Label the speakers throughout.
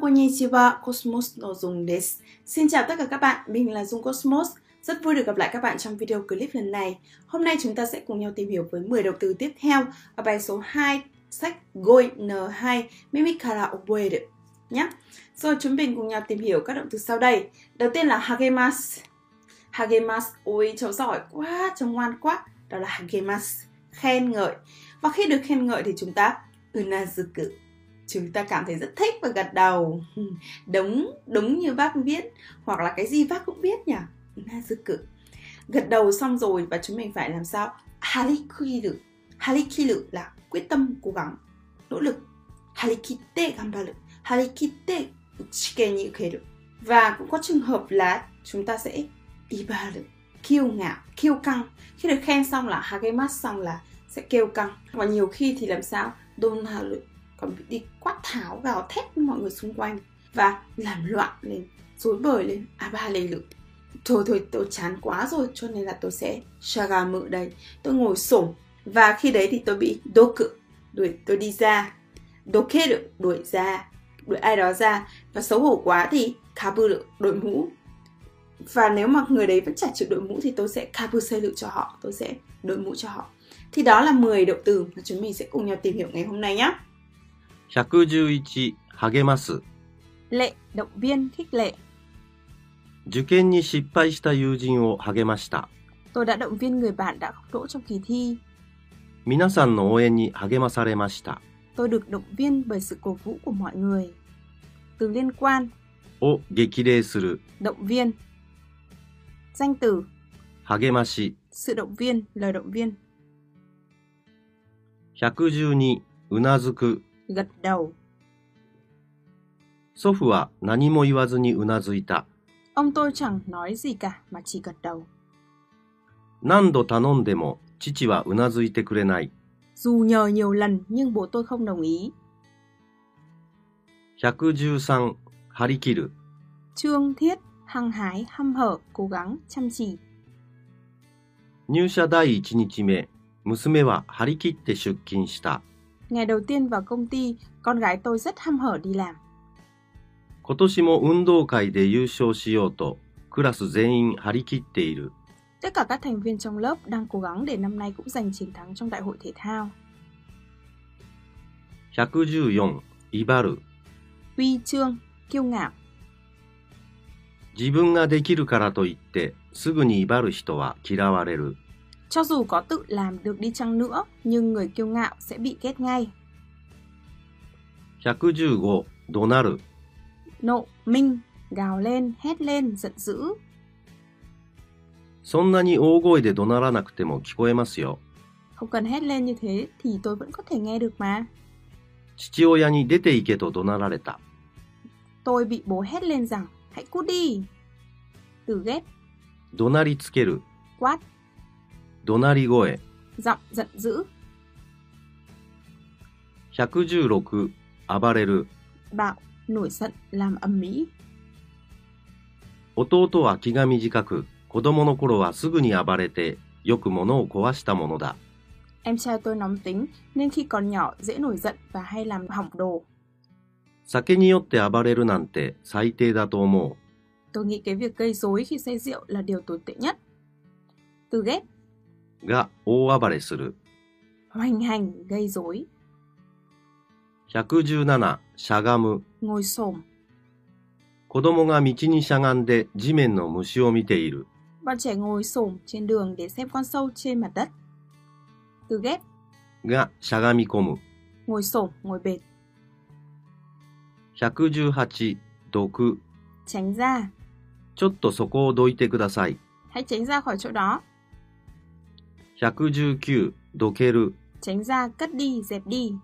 Speaker 1: Konnichiwa, Cosmos no Dung des. Xin chào tất cả các bạn, mình là Dung Cosmos. Rất vui được gặp lại các bạn trong video clip lần này. Hôm nay chúng ta sẽ cùng nhau tìm hiểu với 10 động từ tiếp theo ở bài số 2 sách Goi N2 Mimikara Oboeru nhé. Rồi chúng mình cùng nhau tìm hiểu các động từ sau đây. Đầu tiên là Hagemasu. Hagemasu, ôi cháu giỏi quá, cháu ngoan quá. Đó là Hagemasu, khen ngợi. Và khi được khen ngợi thì chúng ta Unazuku, chúng ta cảm thấy rất thích và gật đầu Ừ, đúng đúng như bác biết hoặc là cái gì bác cũng biết nhỉ na dư cự gật đầu xong rồi và chúng mình phải làm sao harikiru harikiru là quyết tâm cố gắng nỗ lực harikite gambaru harikite uchike ni ukeru và cũng có trường hợp là chúng ta sẽ ibaru kiêu ngạo kiêu căng khi được khen xong là hagemasu xong là sẽ kêu căng và nhiều khi thì làm sao donaru còn bị đi quát tháo gào thét với mọi người xung quanh và làm loạn lên rối bời lên à ba lê lự thôi thôi tôi chán quá rồi cho nên là tôi sẽ shaga mự đây tôi ngồi sổm và khi đấy thì tôi bị đô cự đuổi tôi đi ra đô kê được đuổi ra đuổi ai đó ra và xấu hổ quá thì kabu được đội mũ và nếu mà người đấy vẫn chả chịu đội mũ thì tôi sẽ kabu xây lự cho họ tôi sẽ đội mũ cho họ thì đó là 10 động từ mà chúng mình sẽ cùng nhau tìm hiểu ngày hôm nay nhé
Speaker 2: 111励ます
Speaker 3: Lệ, động viên, khích lệ.
Speaker 2: 受験に失敗した友人を励ました
Speaker 3: Tôi đã động viên người bạn đã không đỗ trong kỳ thi.
Speaker 2: 皆さんの応援に励まされました
Speaker 3: Tôi được động viên bởi sự cổ vũ của mọi người. Từ liên quan,
Speaker 2: を激励する
Speaker 3: động viên. Danh từ,
Speaker 2: 励まし
Speaker 3: sự động viên, lời động viên.
Speaker 2: 112うなずく
Speaker 3: Gật đầu.
Speaker 2: 祖父は何も言わずにうなずいた
Speaker 3: Ông tôi chẳng nói gì cả mà chỉ gật đầu.
Speaker 2: 何度頼んでも父はうなずいてくれない
Speaker 3: Dù nhờ nhiều lần nhưng bố tôi không đồng ý.
Speaker 2: 113張り切る
Speaker 3: Trương thiết, hăng hái, hăm hở, cố gắng, chăm chỉ.
Speaker 2: 入社第1日目娘は張り切って出勤した。
Speaker 3: Ngày đầu tiên vào công ty, con gái tôi rất hăm hở đi làm.
Speaker 2: 今年も運動会で優勝しようとクラス全員張り切っている。
Speaker 3: Tất cả các thành viên trong lớp đang cố gắng để năm nay cũng giành chiến thắng trong đại hội thể thao.
Speaker 2: 114威張る
Speaker 3: Huy chương, kiêu ngạo,
Speaker 2: 自分ができるからといってすぐに威張る人は嫌われる。
Speaker 3: cho dù có tự làm được đi chăng nữa, nhưng người kiêu ngạo sẽ bị ghét ngay.
Speaker 2: 115怒鳴る
Speaker 3: Nộ, minh, gào lên, hét lên, giận dữ.
Speaker 2: そんなに大声で怒鳴らなくても聞こえますよ。
Speaker 3: Không cần hét lên như thế thì tôi vẫn có thể nghe được mà.
Speaker 2: 父親に出て行けと怒鳴られた。
Speaker 3: Tôi bị bố hét lên rằng, hãy cút đi. Từ ghét,
Speaker 2: 怒鳴りつける
Speaker 3: quát,
Speaker 2: 怒鳴り声。
Speaker 3: giọng, giận dữ,
Speaker 2: 116暴れる
Speaker 3: bạo, nổi giận, làm ầm mỹ.
Speaker 2: 弟は気が短く子供の頃はすぐに暴れてよく物を壊したものだ
Speaker 3: Em trai tôi nóng tính nên khi còn nhỏ dễ nổi giận và hay làm hỏng đồ.
Speaker 2: 酒に酔って暴れるなんて最低だと思う
Speaker 3: Tôi nghĩ cái việc gây rối khi say rượu là điều tồi tệ nhất. Từ ghét,
Speaker 2: が大暴れする
Speaker 3: hoành hành, gây rối,
Speaker 2: 117しゃがむ
Speaker 3: ngồi xổm.
Speaker 2: 子供が道にしゃがんで地面の虫を見ている
Speaker 3: Bọn trẻ ngồi xổm trên đường để xem con sâu trên mặt đất. Từ ghét,
Speaker 2: がしゃがみ込む
Speaker 3: ngồi xổm, ngồi bệt,
Speaker 2: 118毒
Speaker 3: tránh ra,
Speaker 2: ちょっとそこをどいてください
Speaker 3: hãy tránh ra khỏi chỗ đó.
Speaker 2: 119どける
Speaker 3: Tránh ra, cất đi, dẹp đi.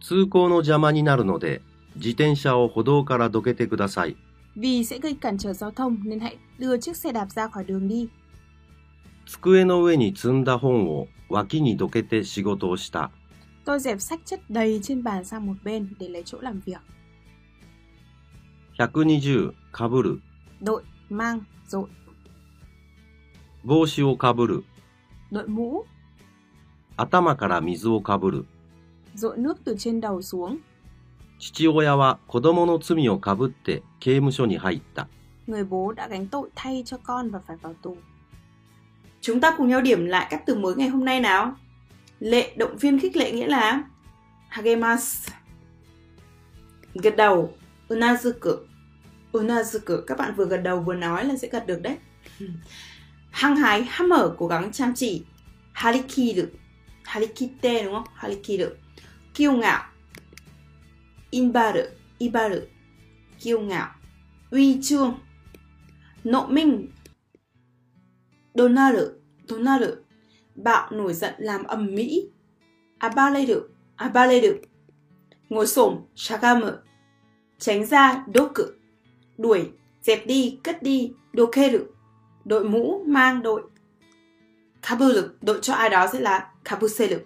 Speaker 2: 通行の邪魔になるので自転車を歩道からどけてください
Speaker 3: Vì sẽ gây cản trở giao thông nên hãy đưa chiếc xe đạp ra khỏi đường đi.
Speaker 2: 机の上に積んだ本を脇にどけて仕事をした。
Speaker 3: Tôi dẹp sách chất đầy trên bàn sang một bên để lấy chỗ làm việc.
Speaker 2: 120、かぶる。
Speaker 3: Đội, mang, dội,
Speaker 2: 帽子をかぶる。
Speaker 3: đội mũ,
Speaker 2: 頭から水をかぶる。
Speaker 3: dội nước từ trên đầu xuống,
Speaker 2: 父親は子供の罪をかぶって刑務所に入った。
Speaker 3: Người bố đã gánh tội thay cho con và phải vào tù.
Speaker 1: Chúng ta cùng nhau điểm lại các từ mới ngày hôm nay nào. Lệ động viên khích lệ nghĩa là hagemasu. Gật đầu, unazuku. Unazuku, các bạn vừa gật đầu vừa nói là sẽ gật được đấy. Hăng hái, ham mở, cố gắng chăm chỉ. Harikiru. Harikite đúng không? Harikiru. Kiêu ngạo. Inbaru. Ibaru. Kiêu ngạo. Uy chương. Nộ minh, Donaru, Donaru, bạo nổi giận làm ầm mỹ. Abaleru, Abaleru, ngồi xổm, Shagamu, tránh ra, Doku, đuổi, dẹp đi, cất đi, Dokeru, đội mũ, mang đội. Kabulu, đội cho ai đó sẽ là Kabuselu.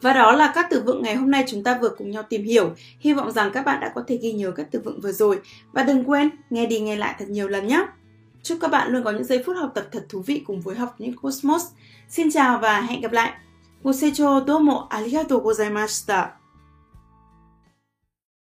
Speaker 1: Và đó là các từ vựng ngày hôm nay chúng ta vừa cùng nhau tìm hiểu. Hy vọng rằng các bạn đã có thể ghi nhớ các từ vựng vừa rồi. Và đừng quên, nghe đi nghe lại thật nhiều lần nhé. Chúc các bạn luôn có những giây phút học tập thật thú vị cùng với học những Cosmos. Xin chào và hẹn gặp lại.ご清聴どうもありがとうございました。